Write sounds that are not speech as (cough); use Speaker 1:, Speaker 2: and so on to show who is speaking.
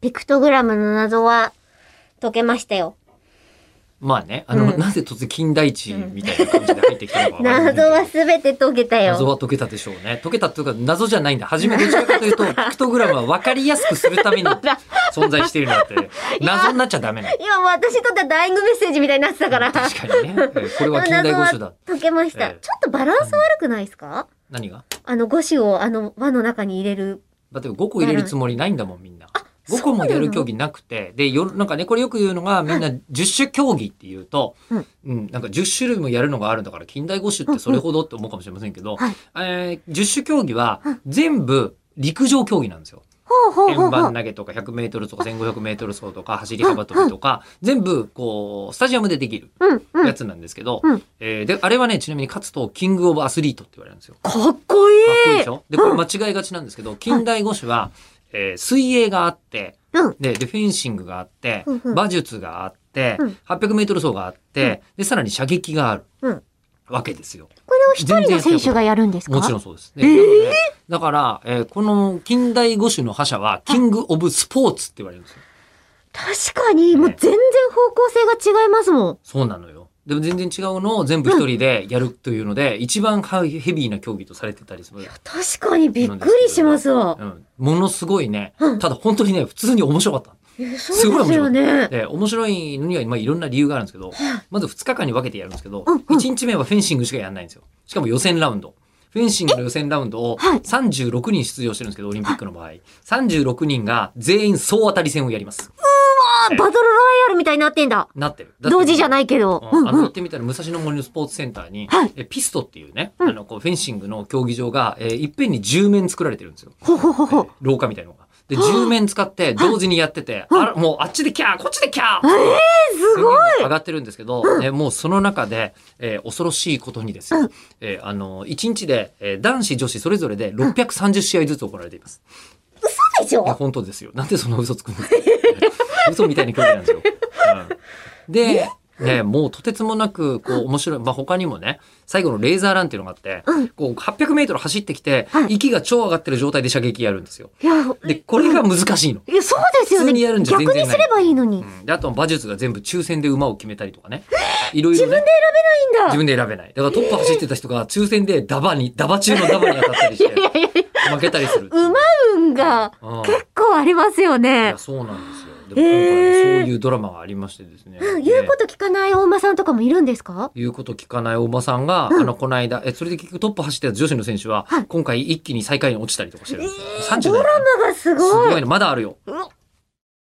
Speaker 1: ピクトグラムの謎は解けましたよ。
Speaker 2: まあね、あの、
Speaker 1: うん
Speaker 2: なぜ突然金田一みたいな感じで入ってきたのかわからないけ
Speaker 1: 謎
Speaker 2: ど
Speaker 1: はすべて解けた
Speaker 2: 謎
Speaker 1: よ。
Speaker 2: は解けたでしょうね。解けたというか、謎じゃないんだ。初めどちらか
Speaker 1: (laughs)
Speaker 2: というと、ピクトグラムは分かりやすくするために存在しているので、謎になっちゃダメなの。
Speaker 1: 今もう私にとってはダイイングメッセージみたいになってた
Speaker 2: (laughs)
Speaker 1: から。
Speaker 2: 確かにね。えーこれは近代
Speaker 1: 謎
Speaker 2: 五
Speaker 1: は
Speaker 2: 種だ。
Speaker 1: 解けました。
Speaker 2: ええ
Speaker 1: ちょっとバランス悪くないですか、
Speaker 2: 何が
Speaker 1: あの、五種をあの輪の中に入れる。
Speaker 2: だって5個入れるつもりないんだもん、みんな。5個も
Speaker 1: そうな
Speaker 2: や
Speaker 1: の
Speaker 2: る競技なくて、で、よ、なんかね、これよく言うのが、みんな10種競技っていうと、
Speaker 1: うん
Speaker 2: うん、なんか10種類もやるのがあるんだから、近代五種ってそれほどって思うかもしれませんけど、
Speaker 1: はい
Speaker 2: えー10種競技は
Speaker 1: うん
Speaker 2: 全部陸上競技なんですよ。
Speaker 1: ほうほうほ
Speaker 2: 円
Speaker 1: うほう
Speaker 2: 盤。投げとか100メートルとか1500メートル走とか走り幅跳びとか、全部こう、スタジアムでできる
Speaker 1: うん、うん。か
Speaker 2: やつなんですけど
Speaker 1: うん、
Speaker 2: えーで、あれはね、ちなみに勝つとキングオブアスリートって言われるんですよ。かっ
Speaker 1: っこいい
Speaker 2: こいいでしょで、これ間違いがちなんですけど、近代五種は、えー水泳があって、
Speaker 1: うん。
Speaker 2: で、でフェンシングがあって
Speaker 1: うんう、ん
Speaker 2: 馬術があって
Speaker 1: うん、
Speaker 2: 800メートル走があって、で、さらに射撃がある
Speaker 1: うん
Speaker 2: わけですよ。
Speaker 1: これを一人の選手がやるんですか
Speaker 2: もちろ
Speaker 1: ん。
Speaker 2: んそうです。ね
Speaker 1: えー
Speaker 2: なのでだから、えーこの近代五種の覇者は、キングオブスポーツって言われるんですよ。
Speaker 1: 確かに、もう
Speaker 2: ね
Speaker 1: 全然方向性が違いますもん。
Speaker 2: そうなのよ。でも全然違うのを全部一人でやるというので、一番ハイヘビーな競技とされてたりする。
Speaker 1: 確かにびっくりしますわ。
Speaker 2: うん、ものすごいね。
Speaker 1: うん
Speaker 2: ただ本当にね、普通に面白かった。
Speaker 1: えそうですよね。
Speaker 2: で、面白いのには、まあ、いろんな理由があるんですけど、まず2日間に分けてやるんですけど、
Speaker 1: うんうん
Speaker 2: 1日目はフェンシングしかやらないんですよ。しかも予選ラウンド。フェンシングの予選ラウンドを
Speaker 1: はい
Speaker 2: 36人出場してるんですけど、オリンピックの場合。36人が全員総当たり戦をやります。
Speaker 1: あ、バトルロイヤルみたいになってんだ。
Speaker 2: なってる。だって
Speaker 1: 同時じゃないけど。う
Speaker 2: うん
Speaker 1: ん
Speaker 2: あの
Speaker 1: う
Speaker 2: 行っ
Speaker 1: ん。
Speaker 2: てみたら武蔵野森のスポーツセンターに、
Speaker 1: はい
Speaker 2: えピストっていうね、
Speaker 1: うん
Speaker 2: あのこうフェンシングの競技場が、えーいっぺんに10面作られてるんですよ、
Speaker 1: ほほほ
Speaker 2: え
Speaker 1: ほ
Speaker 2: ー。廊下みたいなのが。で10面使って同時にやってて、あらもうあっちでキャーこっちでキャー
Speaker 1: すごい
Speaker 2: い上がってるんですけど、えーもうその中で、えー恐ろしいことにですよ、
Speaker 1: うん
Speaker 2: えーあの1日で、えー男子女子それぞれで630試合ずつ行われています。
Speaker 1: でし
Speaker 2: いや
Speaker 1: ょ
Speaker 2: 本当ですよ。なんでその (laughs) 嘘つくんですか嘘みたいな競技なんですよ。うんで、ね、もうとてつもなく、こう、面白い。まあ、他にもね、最後のレーザーランっていうのがあって、
Speaker 1: うん
Speaker 2: こう、800メートル走ってきて
Speaker 1: は、い
Speaker 2: 息が超上がってる状態で射撃やるんですよ。
Speaker 1: いや、
Speaker 2: で、これが難しいの。
Speaker 1: いや、そうですよ
Speaker 2: 普
Speaker 1: ね。
Speaker 2: 通にやるんじゃ
Speaker 1: 逆
Speaker 2: 全然ない
Speaker 1: にすればいいのに。いいん
Speaker 2: うんで、あとは馬術が全部抽選で馬を決めたりとかね。いろいろね。
Speaker 1: だ。
Speaker 2: 自分で選べない。だからトップ走ってた人が抽選でダバに、ダバ中のダバに当たったりして、
Speaker 1: いやいやい
Speaker 2: 負けたりする。
Speaker 1: や、馬運が
Speaker 2: うん
Speaker 1: 結構ありますよ
Speaker 2: い
Speaker 1: ね
Speaker 2: や。そうなんですよ。でも今回
Speaker 1: へ
Speaker 2: ね
Speaker 1: ー
Speaker 2: そういうドラマがありましてですね。
Speaker 1: うん言うこと聞かない大間さんとかもいるんですか
Speaker 2: えー言うこと聞かないおばさんが、
Speaker 1: うん
Speaker 2: あの、この間、え、それで結局トップ走ってた女子の選手は、
Speaker 1: はい
Speaker 2: 今回一気に最下位に落ちたりとかしてるんです
Speaker 1: ド
Speaker 2: よ。代
Speaker 1: ラマがす
Speaker 2: す
Speaker 1: ご
Speaker 2: ごい
Speaker 1: い。
Speaker 2: の、まだあるよ。
Speaker 1: うわ